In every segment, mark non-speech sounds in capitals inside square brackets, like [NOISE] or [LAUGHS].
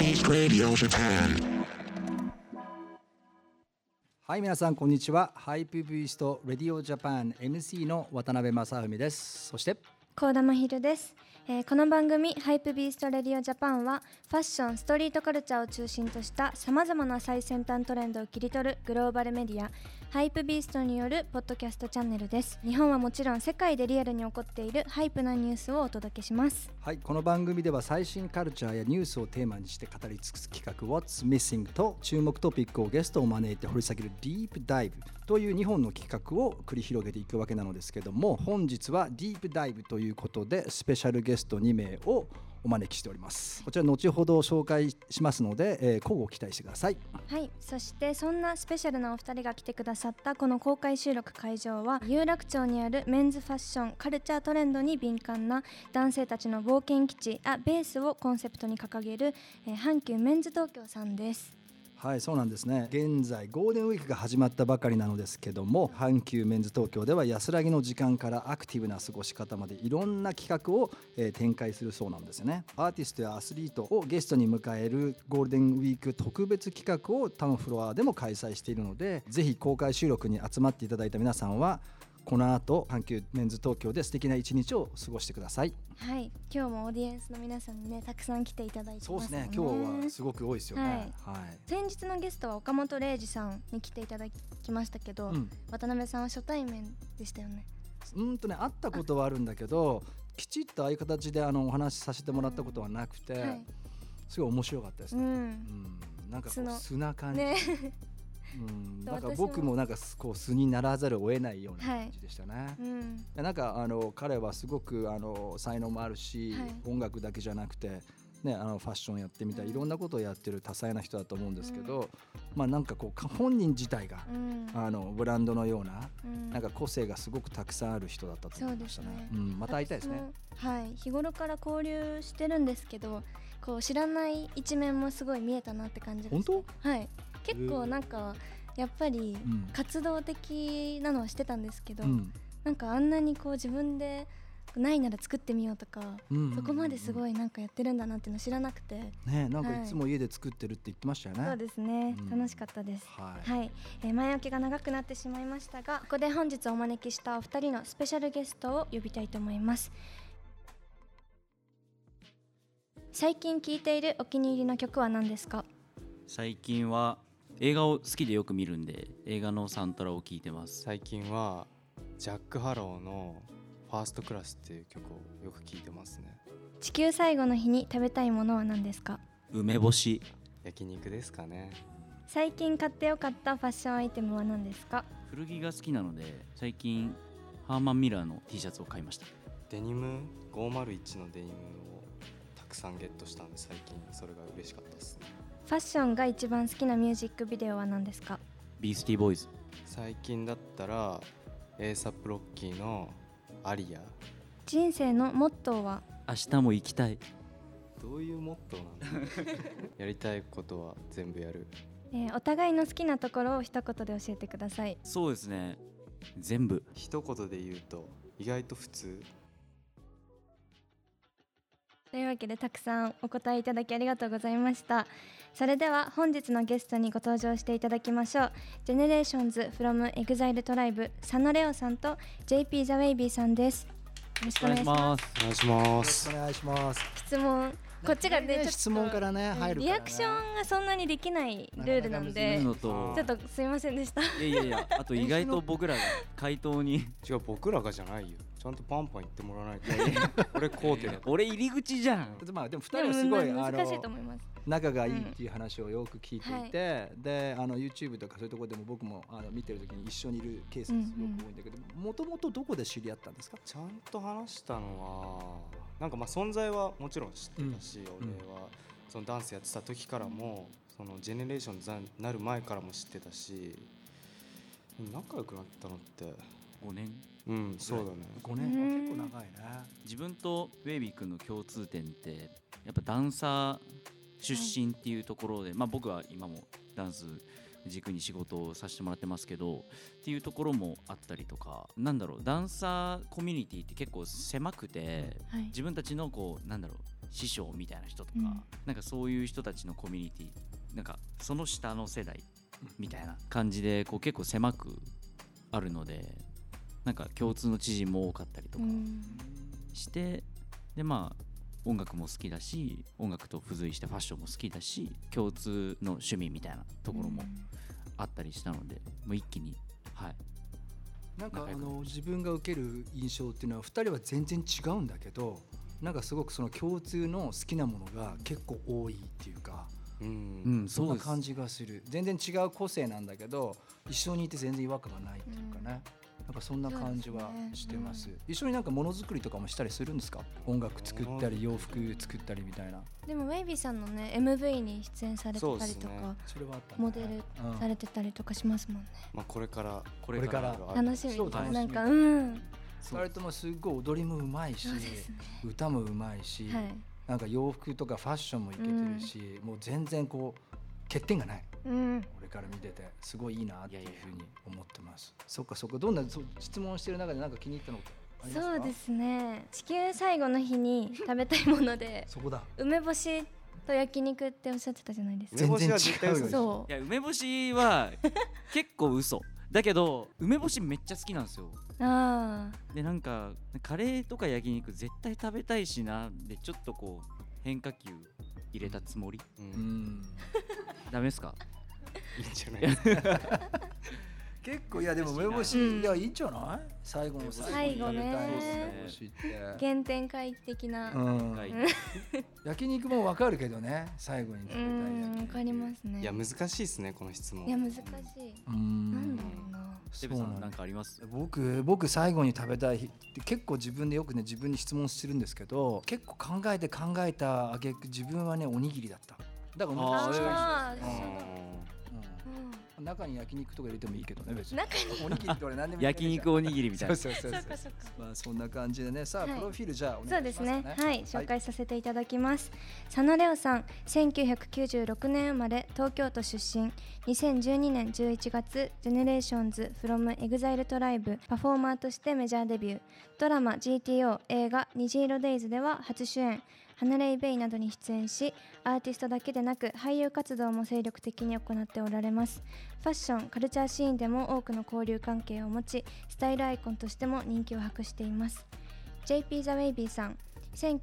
Radio Japan. はい皆さんこんにちはハイプビーストレディオジャパン MC の渡辺正文ですそして高田真昼です、えーこの番組「ハイプビーストレディオジャパンはファッションストリートカルチャーを中心としたさまざまな最先端トレンドを切り取るグローバルメディアハイプビーストによるポッドキャストチャンネルです日本はもちろん世界でリアルに起こっているハイプなニュースをお届けしますはいこの番組では最新カルチャーやニュースをテーマにして語り尽くす企画 What's Missing と注目トピックをゲストを招いて掘り下げるディープダイブという2本の企画を繰り広げていくわけなのですけども本日はディープダイブということでスペシャルゲスト2名をお招きしておりますこちら後ほど紹介しますので、えー、交互期待してくださいはいそしてそんなスペシャルなお二人が来てくださったこの公開収録会場は有楽町にあるメンズファッションカルチャートレンドに敏感な男性たちの冒険基地あベースをコンセプトに掲げる、えー阪急メンズ東京さんですはいそうなんですね現在ゴールデンウィークが始まったばかりなのですけども阪急メンズ東京では安らぎの時間からアクティブな過ごし方までいろんな企画を、えー展開するそうなんですよねアーティストやアスリートをゲストに迎えるゴールデンウィーク特別企画を他のフロアでも開催しているのでぜひ公開収録に集まっていただいた皆さんはこの後阪急メンズ東京で素敵な一日を過ごしてくださいはい今日もオーディエンスの皆さんにねたくさん来ていただいてますそうですね今日はすごく多いですよねはい、先日のゲストは岡本玲二さんに来ていただきましたけど、うん渡辺さんは初対面でしたよねうんとね会ったことはあるんだけどきちっとああいう形であのお話しさせてもらったことはなくて、はいすごい面白かったですうね、うんんなんかこ素うの素な感じ、ね [LAUGHS] うん、となんか私も僕もなんかこう素にならざるを得ないようなはい感じでしたね、うんなんかあの彼はすごくあの才能もあるし、はい音楽だけじゃなくて、ね、あのファッションやってみたり、うんいろんなことをやってる多彩な人だと思うんですけど、まあなんかこうか本人自体が、うんあのブランドのようなうんなんか個性がすごくたくさんある人だったと思いましたね。そうですねうん、また会いたいですね。私もはい日頃から交流してるんですけどこう知らない一面もすごい見えたなって感じです本当？はい結構なんかやっぱりうん。活動的なのはしてたんですけど、うんなんかあんなにこう自分でないなら作ってみようとか、うんそこまですごい。いなんかやってるんだなっていうの知らなくて、ね、なんかはいいつも家で作ってるって言ってましたよね。そうですね、うん楽しかったですはい。はい、えー前置きが長くなってしまいましたがここで本日お招きしたお二人のスペシャルゲストを呼びたいと思います最近聴いているお気に入りの曲は何ですか最近は映画を好きでよく見るんで映画のサントラを聴いてます最近はジャック・ハローの「ファーストクラス」っていう曲をよく聴いてますね地球最後の日に食べたいものは何ですか梅干し焼肉ですかね最近買ってよかったファッションアイテムは何ですか古着が好きなので最近ハーマン・ミラーの T シャツを買いましたデニム501のデニムをたくさんゲットしたんで最近それが嬉しかったですねファッションが一番好きなミュージックビデオは何ですかビースティーボーイズ最近だったら ASAP ロッキーの「アリア人生のモットーは明日も行きたい」どういうモットーなんだ [LAUGHS] やりたいことは全部やるえーお互いの好きなところを一言で教えてくださいそうですね全部一言で言うと意外と普通というわけでたくさんお答えいただきありがとうございましたそれでは本日のゲストにご登場していただきましょう GENERATIONSFROMEXILETRIBE 佐野レオさんと JP ザウェイビーさんですよろしくお願いしますすお願いしまよろしくお願いします。質問こっちがねちょっと質問からね入るからね。リアクションがそんなにできないルールなんでのとちょっとすいませんでしたいやいやいやあと意外と僕らが回答に違う僕らがじゃないよちゃんとパンパン言ってもらわないと俺コーテだから俺入り口じゃんまあでも二で人もはすごいあ難しいとの思います仲がいいっていう話をよく聞いていて、であの YouTube とかそういうところでも僕もあの見てる時に一緒にいるケースがすごく多いんだけど、もともとどこで知り合ったんですか？ちゃんと話したのはなんかまあ存在はもちろん知ってたし、ん俺はそのダンスやってた時からも、そのジェネレーションズになる前からも知ってたし仲良くなったのって5年うんそうだね五うん年、あ結構長いね。自分とウェイビー君の共通点ってやっぱダンサー出身っていうところで、まあ、僕は今もダンス軸に仕事をさせてもらってますけどっていうところもあったりとかなんだろうダンサーコミュニティって結構狭くてはい自分たちのこうなんだろう師匠みたいな人とか、うんなんかそういう人たちのコミュニティなんかその下の世代みたいな感じでこう結構狭くあるのでなんか共通の知人も多かったりとかして、でまあ音楽も好きだし音楽と付随してファッションも好きだし共通の趣味みたいなところもあったりしたので、もう一気にはいなんか仲あ良くなりましのた自分が受ける印象っていうのは2人は全然違うんだけどなんかすごくその共通の好きなものが結構多いっていうかうんうんそんそうなです感じがする全然違う個性なんだけど一緒にいて全然違和感がないっていうかね、なんかそんな感じはしてますそうですね一緒になんかものづくりとかもしたりするんですか音楽作ったり洋服作ったりみたいなでもウェイビーさんのね MV に出演されてそうたでりすねとか、それはあったモデルされてたりとかしますもんね、まあ、これからこれからいろいろある楽しみそう楽しみなんかうん2人ともすごい踊りもうまいし、そうですね歌もうまいし、はいなんか洋服とかファッションもいけてるし、もう全然こう欠点がないうん俺から見ててすごいいいなっていういやいやふうに思ってますそっかそっかどんなそう質問してる中でなんか気に入ったのありますかそうですね地球最後の日に食べたいもので [LAUGHS] そこだ梅干しと焼肉っておっしゃってたじゃないですか全然違うよ梅干しは絶対嘘でしょそいや梅干し [LAUGHS] は結構嘘だけど梅干しめっちゃ好きなんですようああでなんかカレーとか焼肉絶対食べたいしなでちょっとこう変化球入れたつもりうんうんダメですかいいんじゃないですか結構いやでも梅干し、うんいやいいんじゃない最後の最後に食べたいですね梅干しって、原点回帰的なうはん、い焼肉もわかるけどね最後に食べうたい焼ん肉わかりますねいや難しいですねこの質問いや難しい、うなんんだろうなそうデブなさんんだなんかあります僕僕最後に食べたい日って結構自分でよくね自分に質問してるんですけど結構考えて考えたあげ自分はねおにぎりだっただからおにぎり近あーうそうだんい、うんうん、中に焼肉とか入れてもいいけどね別に中におにぎりって俺何でも入れ焼てるじゃん肉おにぎりみたいなそうそうそうそうそっかまあそんな感じでねさあはいプロフィールじゃあおそ願ういでしすますかねね。はい、紹介させていただきます。佐野レオさん、1996年生まれ、東京都出身。2012年11月、ジェネレーションズ from EXILE TRIBE パフォーマーとしてメジャーデビュー。ドラマ GTO、映画虹色デイズでは初主演。ハナレイベイなどに出演し、アーティストだけでなく俳優活動も精力的に行っておられます。ファッション、カルチャーシーンでも多くの交流関係を持ち、スタイルアイコンとしても人気を博しています。JP ザ・ウェイビーさん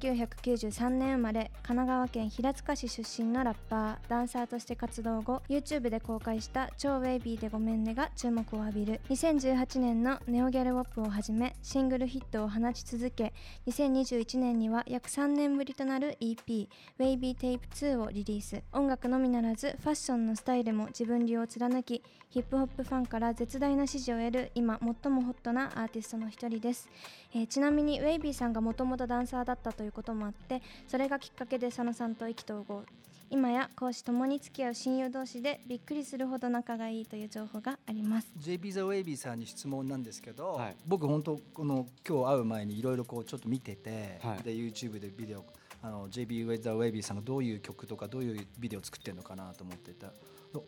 1993年生まれ神奈川県平塚市出身のラッパーダンサーとして活動後 YouTube で公開した「超ウェイビーでごめんね」が注目を浴びる2018年のネオギャルウォップをはじめシングルヒットを放ち続け2021年には約3年ぶりとなる EP「WavyTape2」をリリース音楽のみならずファッションのスタイルも自分流を貫きヒップホップファンから絶大な支持を得る今最もホットなアーティストの一人です、えーちなみにウェイビーさんがもともとダンサーだったということもあってそれがきっかけで佐野さんと意気投合今や講師ともに付き合う親友同士でびっくりするほど仲がいいという情報があります、 JP ザ・ウェイビーさんに質問なんですけど、はい僕本当この今日会う前にいろいろこうちょっと見てて、はいで YouTube でビデオあの JP ザ・ウェイビーさんがどういう曲とかどういうビデオ作ってるのかなと思ってた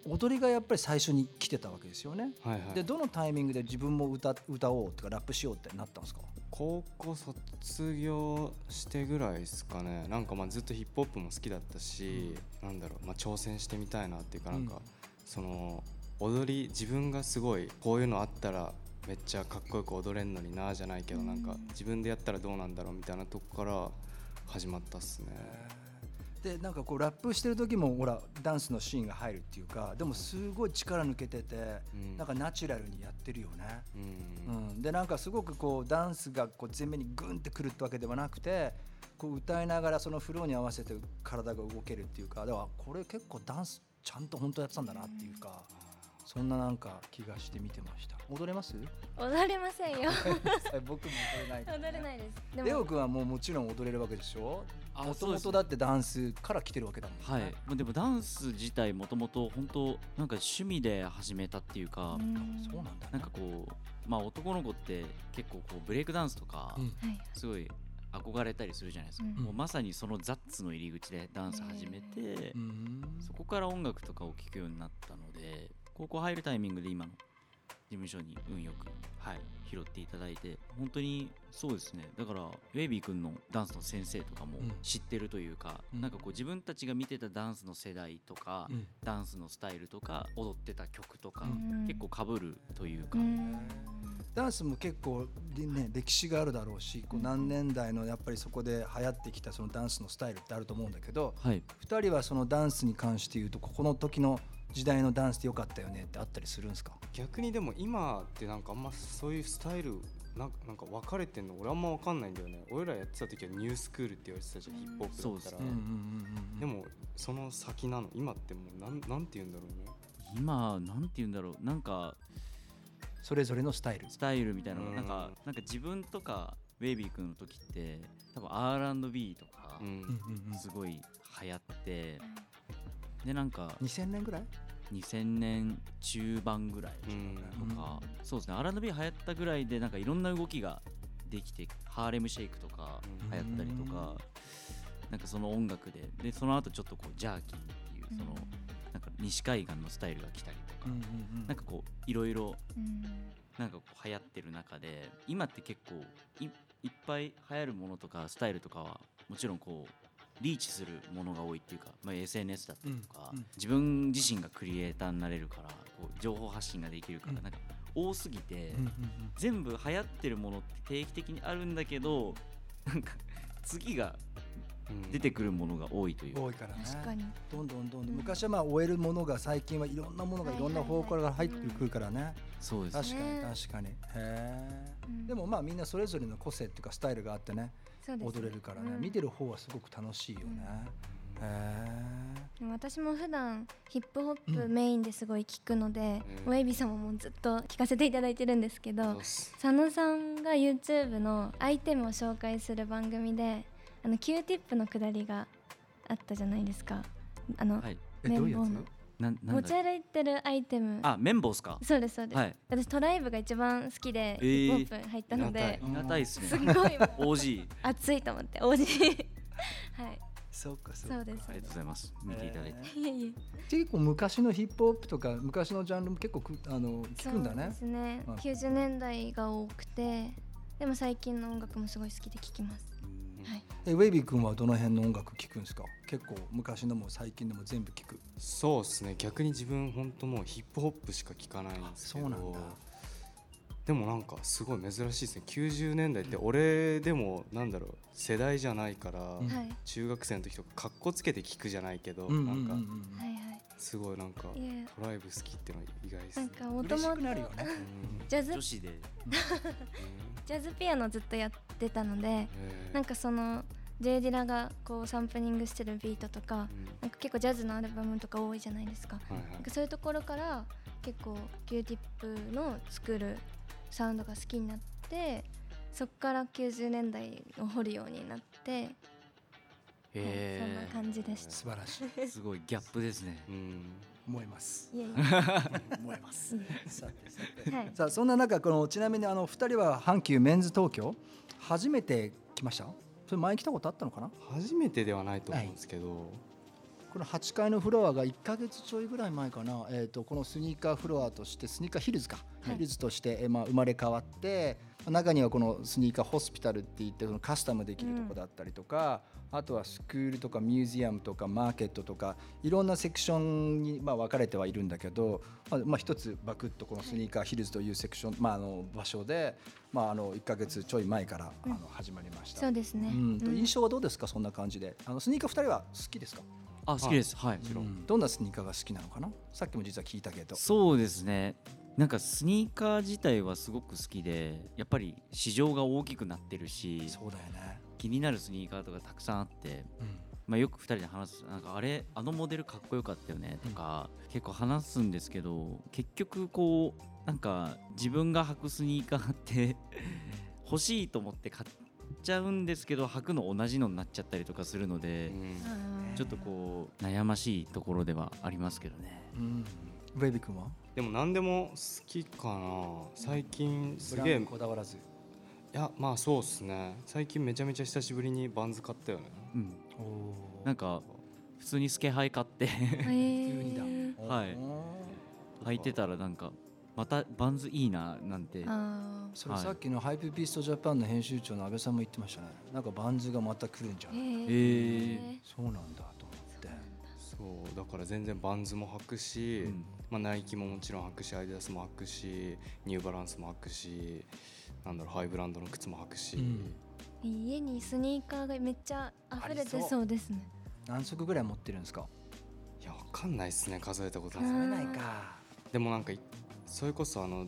踊りがやっぱり最初に来てたわけですよね、はいはでいどのタイミングで自分も歌歌おうとかラップしようってなったんですか高校卒業してぐらいですかねなんかまあずっとヒップホップも好きだったし、なんだろう、まあ、挑戦してみたいなっていうかなんか、うんその踊り自分がすごいこういうのあったらめっちゃかっこよく踊れんのになじゃないけど、なんか自分でやったらどうなんだろうみたいなとこから始まったっすね、でなんかこうラップしてる時もほらダンスのシーンが入るっていうかでもすごい力抜けてて、うんなんかナチュラルにやってるよね、うんうん、でなんかすごくこうダンスがこう前面にグンってくるってわけではなくてこう歌いながらそのフローに合わせて体が動けるっていうかだからこれ結構ダンスちゃんと本当やってたんだなっていうかそんななんか気がして見てました踊れます踊れませんよ [LAUGHS] 僕も踊れない踊れないですでレオも君はもうもちろん踊れるわけでしょあもとそうもですとだってダンスから来てるわけだもんはいまあでもダンス自体もともと本当なんか趣味で始めたっていうか、うんそうなんだねなんかこうまあ男の子って結構こうブレイクダンスとか、うんはいすごい憧れたりするじゃないですか、うんもうまさにそのザッツの入り口でダンス始めて、うんそこから音楽とかを聴くようになったので高校入るタイミングで今の務所に運よく、はい、拾っていただいて本当にそうですねだからウェイビー君のダンスの先生とかもうん知ってるというか、うんなんかこう自分たちが見てたダンスの世代とか、うんダンスのスタイルとか踊ってた曲とか、うん結構かぶるというか、うんダンスも結構、ね、歴史があるだろうしこう何年代のやっぱりそこで流行ってきたそのダンスのスタイルってあると思うんだけどはい2人はそのダンスに関して言うとここの時の時代のダンスでよかったよねってあったりするんですか逆にでも今ってなんかあんまそういうスタイルなんなんか分かれてんの俺あんま分かんないんだよね俺らやってた時はニュースクールって言われてたじゃんヒップホップだったらそうですねでもその先なの今ってもうなんなんて言うんだろうね今なんて言うんだろうなんかそれぞれのスタイルスタイルみたいなのがうんなんかなんか自分とかウェイビー君の時って多分 R&B とかうんすごい流行って、でなんか2000年ぐらい2000年中盤ぐらいうんとか、そうですね R&B 流行ったぐらいでなんかいろんな動きができてハーレムシェイクとかうん流行ったりとか、なんかその音楽ででその後ちょっとこうジャーキーっていうその、なんか西海岸のスタイルが来たりとか、なんかこういろいろなんかこう流行ってる中で今って結構いいっぱい流行るものとかスタイルとかはもちろんこうリーチするものが多いっていうか、まあ、SNS だったりとか、うんうん自分自身がクリエイターになれるからこう情報発信ができるから、うんなんか多すぎて、全部流行ってるものって定期的にあるんだけどなんか次がうん出てくるものが多いというか、多いからね確かにどんどんどんどうんん昔はまあ終えるものが最近はいろんなものがいろんな方向から入ってくるからねそうです確ねかにね確かにへえうんでもまあみんなそれぞれの個性っていうかスタイルがあってねそうですね踊れるからねうん見てる方はすごく楽しいよねへえでも私も普段ヒップホッうプんメインですごい聞くので、うんウェイビーさんももうずっと聞かせていただいてるんですけそうどっす佐野さんが YouTube のアイテムを紹介する番組であの Q ティップのくだりがあったじゃないですかあの、はいえどういうや綿棒つのなんな持んちだ歩いてるアイテムあ綿棒っすかそうですそうです、はい私トライブが一番好きでえヒーップホップ入ったので、いなたいっすすごね [LAUGHS] いもう OG 熱いと思って王子 [LAUGHS] はいそうかそそうですありがとうございます見ていただいて、いえいえ結構昔のヒップホップとか昔のジャンルも結構くあの聞くんだそうねですねうん。九十年代が多くて、でも最近の音楽もすごい好きで聞きます。はい。えウェイビー君はどの辺の音楽聞くんですか結構昔のも最近のも全部聞くそうですね逆に自分本当もうヒップホップしか聞かないんですけあどそうなんだでもなんかすごい珍しいですね90年代って俺でもなんだろう世代じゃないから、うんはい。中学生の時とかかっこつけて聞くじゃないけど、うんうんうんうなんかんはいはい。すごいなんかいやトライブ好きってのは意外ですなんね。かもと嬉しもくなるよとねうんジャズ女子でジャズピアノずっとやってたので、えーなんかその J ディラがこうサンプリングしてるビートとか、うんなんか結構ジャズのアルバムとか多いじゃないですか。はいはなんいかそういうところから結構 Q ティップの作るサウンドが好きになって、そこから90年代を掘るようになって、はいそんなへ感じでした。素晴らしいえすごいギャップですねうん思います [LAUGHS] いえいえ。思いますいえいえさてさてはい、さあそんな中このちなみにあの2人は阪急メンズ東京初めて来ましたそれ前来たことあったのかな初めてではないと思うんですけど、この8階のフロアが1ヶ月ちょいぐらい前かな、えー、とこのスニーカーフロアとしてスニーカーヒルズか、はいヒルズとして、えーまあ、生まれ変わって中にはこのスニーカーホスピタルって言ってそのカスタムできるとこだったりとか、あとはスクールとかミュージアムとかマーケットとかいろんなセクションに、まあ、分かれてはいるんだけど、まあまあ、一つバクッとこのスニーカーヒルズというセクション、まあ、あの場所で、まあ、あの1ヶ月ちょい前から、うんあの始まりました。そうですね。うんとうん印象はどうですかそんな感じであのスニーカー2人は好きですかあ好きですはい、うんどんなスニーカーが好きなのかなさっきも実は聞いたけどそうですねなんかスニーカー自体はすごく好きでやっぱり市場が大きくなってるしそうだよね、気になるスニーカーとかたくさんあって、まあ、よく2人で話すなんかあれあのモデルかっこよかったよねとか、結構話すんですけど結局こうなんか自分が履くスニーカーって欲しいと思って買っちゃうんですけど履くの同じのになっちゃったりとかするので、うんあーちょっとこう悩ましいところではありますけどね。うんウェイビー君はでも何でも好きかな最近すブげラえンいドこだわらずやまあそうっすね最近めちゃめちゃ久しぶりにバンズ買ったよねうん、おなんか普通 [LAUGHS] にスケハイ買ってへー急にだはいおー履いてたらなんかまたバンズいいななんてあそれさっきのハイプピーストジャパンの編集長の安倍さんも言ってましたねなんかバンズがまた来るんじゃーない、へへーそうなんだと思ってそうだから全然バンズも履くし、うんまあ、ナイキももちろん履くしアイダスも履くしニューバランスも履くしなんだろうハイブランドの靴も履くし、うん家にスニーカーがめっちゃ溢れてそうですね何足ぐらい持ってるんですかいやわかんないっすね数えたことうないん取れないかでもなんかいそれこそあの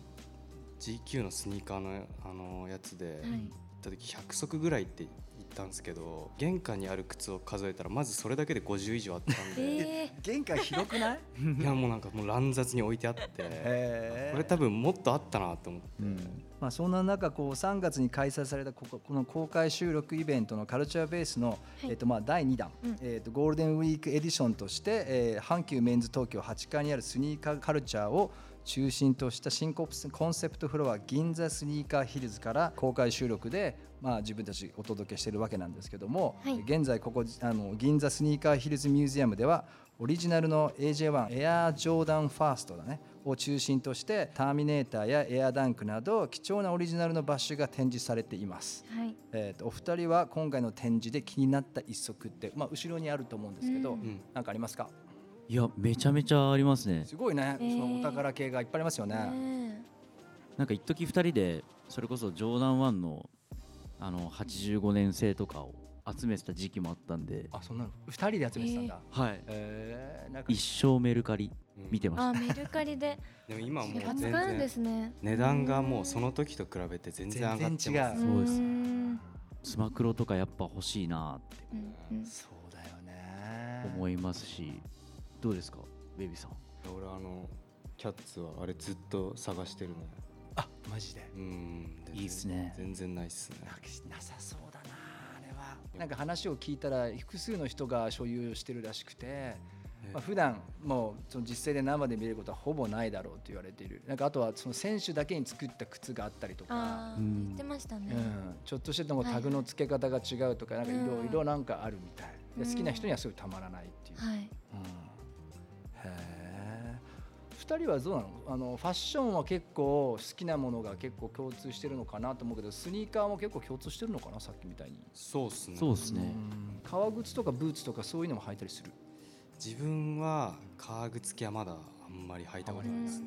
GQ のスニーカーのあのやつで、はい行った時100足ぐらいって言ったんですけど玄関にある靴を数えたらまずそれだけで50以上あったんで、ええ玄関広く [LAUGHS] ないいやもうなんかもう乱雑に置いてあって、へこれ多分もっとあったなと思ってうんまあ、そんな中こう3月に開催されたこここの公開収録イベントのカルチャーベースの、いえっとまあ第2弾、うんえっとゴールデンウィークエディションとして、えー阪急メンズ東京8階にあるスニーカーカルチャーを中心とした新コプスコンセプトフロア銀座スニーカーヒルズから公開収録で、まあ、自分たちお届けしているわけなんですけども、はい現在ここあの銀座スニーカーヒルズミュージアムではオリジナルの AJ1 エアージョーダンファーストだねを中心としてターミネーターやエアダンクなど貴重なオリジナルのバッシュが展示されています。はいえー、とお二人は今回の展示で気になった一足って、まあ、後ろにあると思うんですけど、ううんんなんかありますかいやめちゃめちゃありますねすごいね、えーそのお宝系がいっぱいありますよね。ねなんか一時二人でそれこそジョーダン1のあの85年生とかを集めてた時期もあったんであそんなの二人で集めてたんだ。はいえーなんか一生メルカリうん見てましあたメルカリででも今はもう使う全んで然すね値段がもうその時と比べて全然上がってます、全然違うそうですーんスマクロとかやっぱ欲しいなってうんうんそうだよね。思いますしどうですかベビーさん俺あのキャッツはあれずっと探してるねあマジで。うん全然いいっすね全然ないっすねなさそうだなあれはなんか話を聞いたら複数の人が所有してるらしくて、まあ、普段もうその実際で生で見れることはほぼないだろうと言われているなんかあとはその選手だけに作った靴があったりとか、あうーん言ってましたうねん、ちょっとしてでもタグの付け方が違うとかなんかいろいろなんかあるみたいで好きな人にはすごいたまらないっていう。はいうんへえ2人はどうなのあのファッションは結構好きなものが結構共通してるのかなと思うけどスニーカーも結構共通してるのかなさっきみたいに、そうっすねそうですねうん革靴とかブーツとかそういうのも履いたりする自分は革靴系はまだあんまり履いたことないですね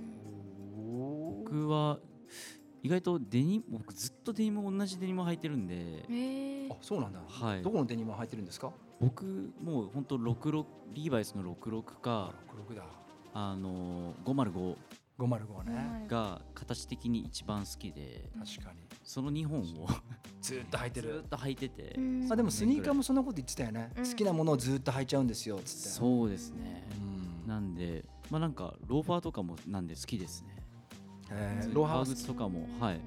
僕は意外とデニム僕ずっとデニム同じデニム履いてるんでええあそうなんだ、はいどこのデニムを履いてるんですか僕もう本当66リーバイスの66か66だあの505 505はね、が形的に一番好きで確かにその2本をずっと履いてずるっと履いてて、うんあでもスニーカーもそんなこと言ってたよね、うん好きなものをずっと履いちゃうんですよつってそうですね、うんなんでまあなんかローファーとかもなんで好きですね、へえロローーハハーー靴とかもはい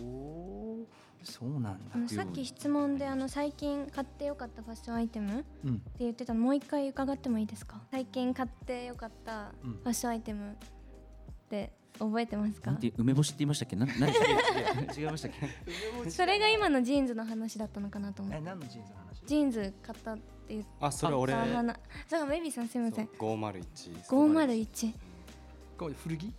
おーそうなんだあのさっき質問であの最近買ってよかったファッションアイテムってうん言ってたのもう一回伺ってもいいですか最近買ってよかったうんファッションアイテムって覚えてますなかんて梅干しって言いましたっけな何 [LAUGHS] 違いましたっけそれが今のジーンズの話だったのかなと思っえて何のジーンズの話ジーンズ買ったって言っあそれ俺た話そうベイビーさんすみません501です501うんこれ古着い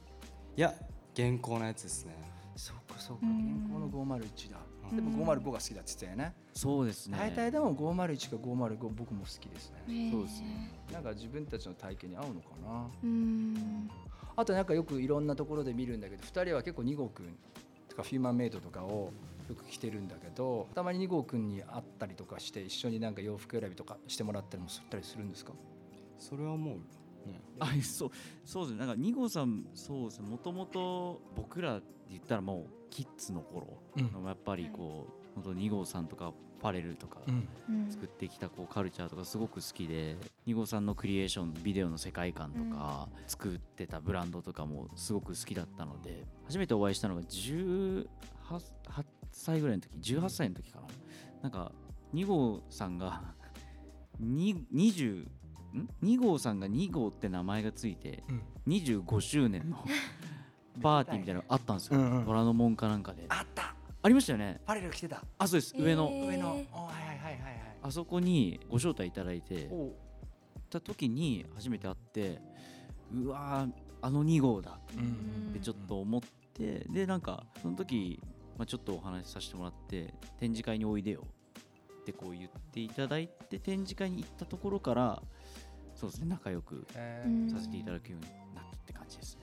や現行のやつですねそうかそうかう現ん行の501だうんでも505が好きだって言ってたよねそうですね大体でも501か505僕も好きですねそうですねなんか自分たちの体型に合うのかなうーんあとなんかよくいろんなところで見るんだけど2人は結構2号くんとかフィーマンメイトとかをよく着てるんだけどたまに2号くんに会ったりとかして一緒になんか洋服選びとかしてもらったりもしたりするんですかそれはもうねあそうそうですねなんか2号さんそうですねもともと僕らで言ったらもうキッズの頃うんのやっぱりこう本当2号さんとかパレルとかうんうん作ってきたこうカルチャーとかすごく好きで二号さんのクリエーションビデオの世界観とか、作ってたブランドとかもすごく好きだったので初めてお会いしたのが18 8歳ぐらいの時18歳の時かななんか二号さんが [LAUGHS] に20ん2号さんが2号って名前がついてうん25周年 [LAUGHS] のパーティーみたいなのがあったんですよ、うんうん虎ノ門かなんかであったありましたよねパレル着てたあそうです上の、えー上のおはいはいはいはいはいあそこにご招待いただいてお行った時に初めて会ってうわーあの2号だうんうんってちょっと思って、でなんかその時、まあ、ちょっとお話しさせてもらって展示会においでよってこう言っていただいて展示会に行ったところからそうですね仲良くえうんさせていただくようになったって感じですね。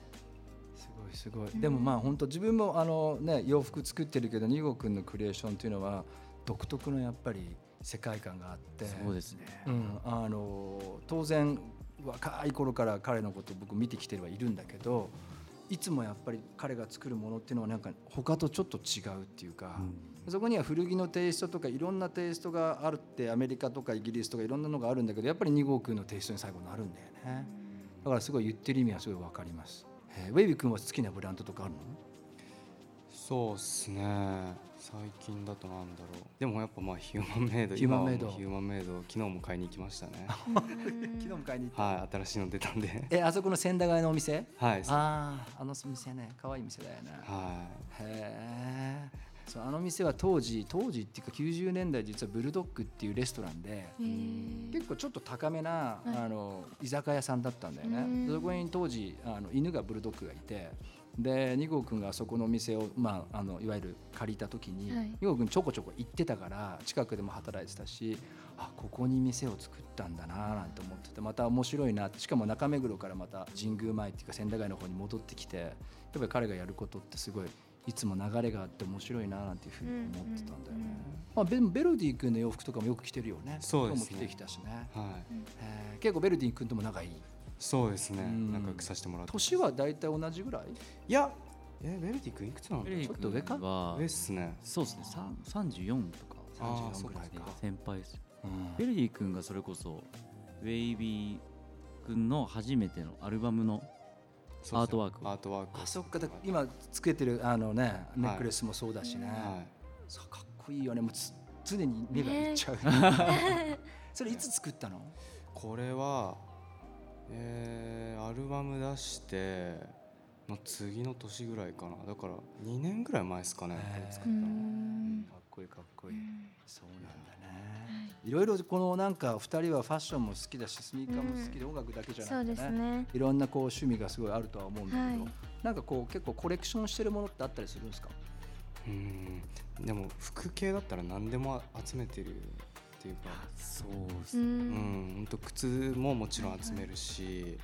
すごいすごい、うんでもまあ本当自分もあのね洋服作ってるけど二号くんのクリエーションっていうのは独特のやっぱり世界観があってそうですね、うん、あの当然若い頃から彼のこと僕見てきてはいるんだけどいつもやっぱり彼が作るものっていうのはなんか他とちょっと違うっていうか、そこには古着のテイストとかいろんなテイストがあるってアメリカとかイギリスとかいろんなのがあるんだけどやっぱり2号くんのテイストに最後なるんだよねだからすごい言ってる意味はすごいわかります、えーウェイビー君は好きなブランドとかあるのそうっすね最近だとなんだろうでもやっぱまあヒューマンメイドヒューマンメイド今はもうヒューマンメイド昨日も買いに行きましたね昨日も買いに行っはい新しいの出た [LAUGHS] んでえあそこの千駄ヶ谷のお店はいそうあああの店ね可愛い店だよねはへえそうあの店は当時当時っていうか90年代実はブルドッグっていうレストランでへー結構ちょっと高めな、はいあの居酒屋さんだったんだようんねそこに当時あの犬がブルドッグがいてで二号くんがそこのお店を、まあ、あのいわゆる借りた時に、はい二号くんちょこちょこ行ってたから近くでも働いてたしあここに店を作ったんだななんて思っててまた面白いなってしかも中目黒からまた神宮前っていうか千駄ヶ谷の方に戻ってきてやっぱり彼がやることってすごいいつも流れがあって面白いななんていうふうに思ってたんだよね。まあ、ベベルディ君の洋服とかもよく着てるよね。そうですね今日も着てきたしね。いはいえー結構ベルディ君とも仲いいそうですねうん仲良くさせてもらって年は大体同じぐらいいやえベルディ君いくつなんだエレ上イちょっと上か君はっすねそうですねさん34とかあー34ぐらいそかうか先輩ですうんベルディ君がそれこそウェイビー君の初めてのアルバムのそうっすねアートワークアートワークあそっかだから今つけてるあのねネックレスもそうだしね、はそうかっこいいよねもうつ常に目がいっちゃう、 [LAUGHS] それいつ作ったのいこれはえーアルバム出しての次の年ぐらいかなだから2年ぐらい前ですかねへーこれ作っうたのんかっこいいかっこいいそうなんだねいろいろこのなんか二人はファッションも好きだしスニーカーも好きで音楽だけじゃそなうくでてすねね。いろんなこう趣味がすごいあるとは思うんだけど、はいなんかこう結構コレクションしてるものってあったりするんですか [LAUGHS] うんでも服系だったら何でも集めてるっていうかそうですうねうんん。ほんと靴ももちろん集めるし、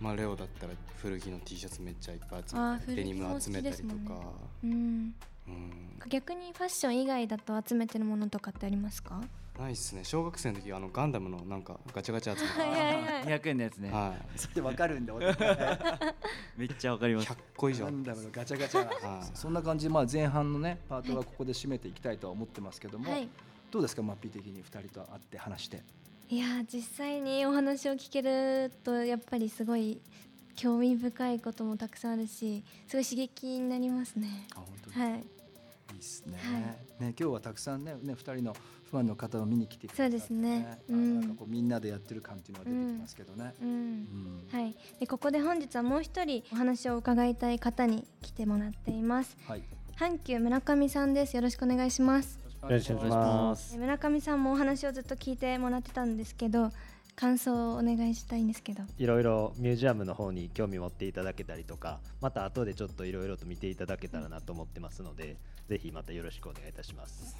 まあ、レオだったら古着の T シャツめっちゃいっぱい集あーめて古着デニム集めたりとか、も好きですもんうん。うん逆にファッション以外だと集めてるものとかってありますか？ないっすね小学生の時あのガンダムのなんかガチャガチャ集め [LAUGHS] てはいはいはい。 200円のやつね、はいそれでわかるんだ俺ガめっちゃわかります100個以上ンダムのガチャガチ [LAUGHS] ャはいそんな感じで、まあ、前半のねパートはここで締めていきたいとは思ってますけども、はい。どうですかマッピー的に2人と会って話していやー実際にお話を聞けるとやっぱりすごい興味深いこともたくさんあるし、すごい刺激になりますね。あ本当い、はい。いですね,、はいね今日はたくさんねね2人のファンの方を見に来てくださって、そうですあねうんなんかこうみんなでやってる感っていうのが出てきますけどね、う。うんんはい、でここで本日はもう一人お話を伺いたい方に来てもらっていますはい、よ阪急村上さんですよろしくお願いしますろしくお願いしますえー村上さんもお話をずっと聞いてもらってたんですけど感想をお願いしたいんですけどいろいろミュージアムの方に興味持っていただけたりとかまた後でちょっといろいろと見ていただけたらなと思ってますのでぜひまたよろしくお願いいたします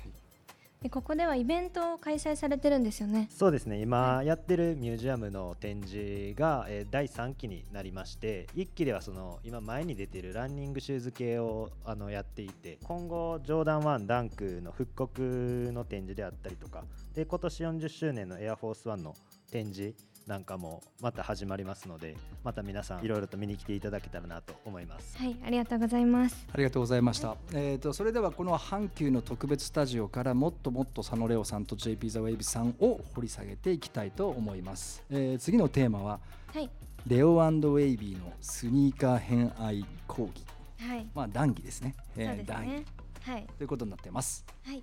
でここではイベントを開催されてるんですよねそうですね今やってるミュージアムの展示が、えー第3期になりまして1期ではその今前に出てるランニングシューズ系をあのやっていて今後ジョーダン1ダンクの復刻の展示であったりとかで今年40周年のエアフォースワンの展示なんかもまた始まりますのでまた皆さんいろいろと見に来ていただけたらなと思います。はいありがとうございますありがとうございました。えっ、とそれではこの阪急の特別スタジオからもっともっと佐野レオさんと JP ザウェイビさんを掘り下げていきたいと思います。えー次のテーマははいレオウェイビーのスニーカー偏愛講義、はいまあ談義ですね。そうえーです談義ねはいということになってます。はい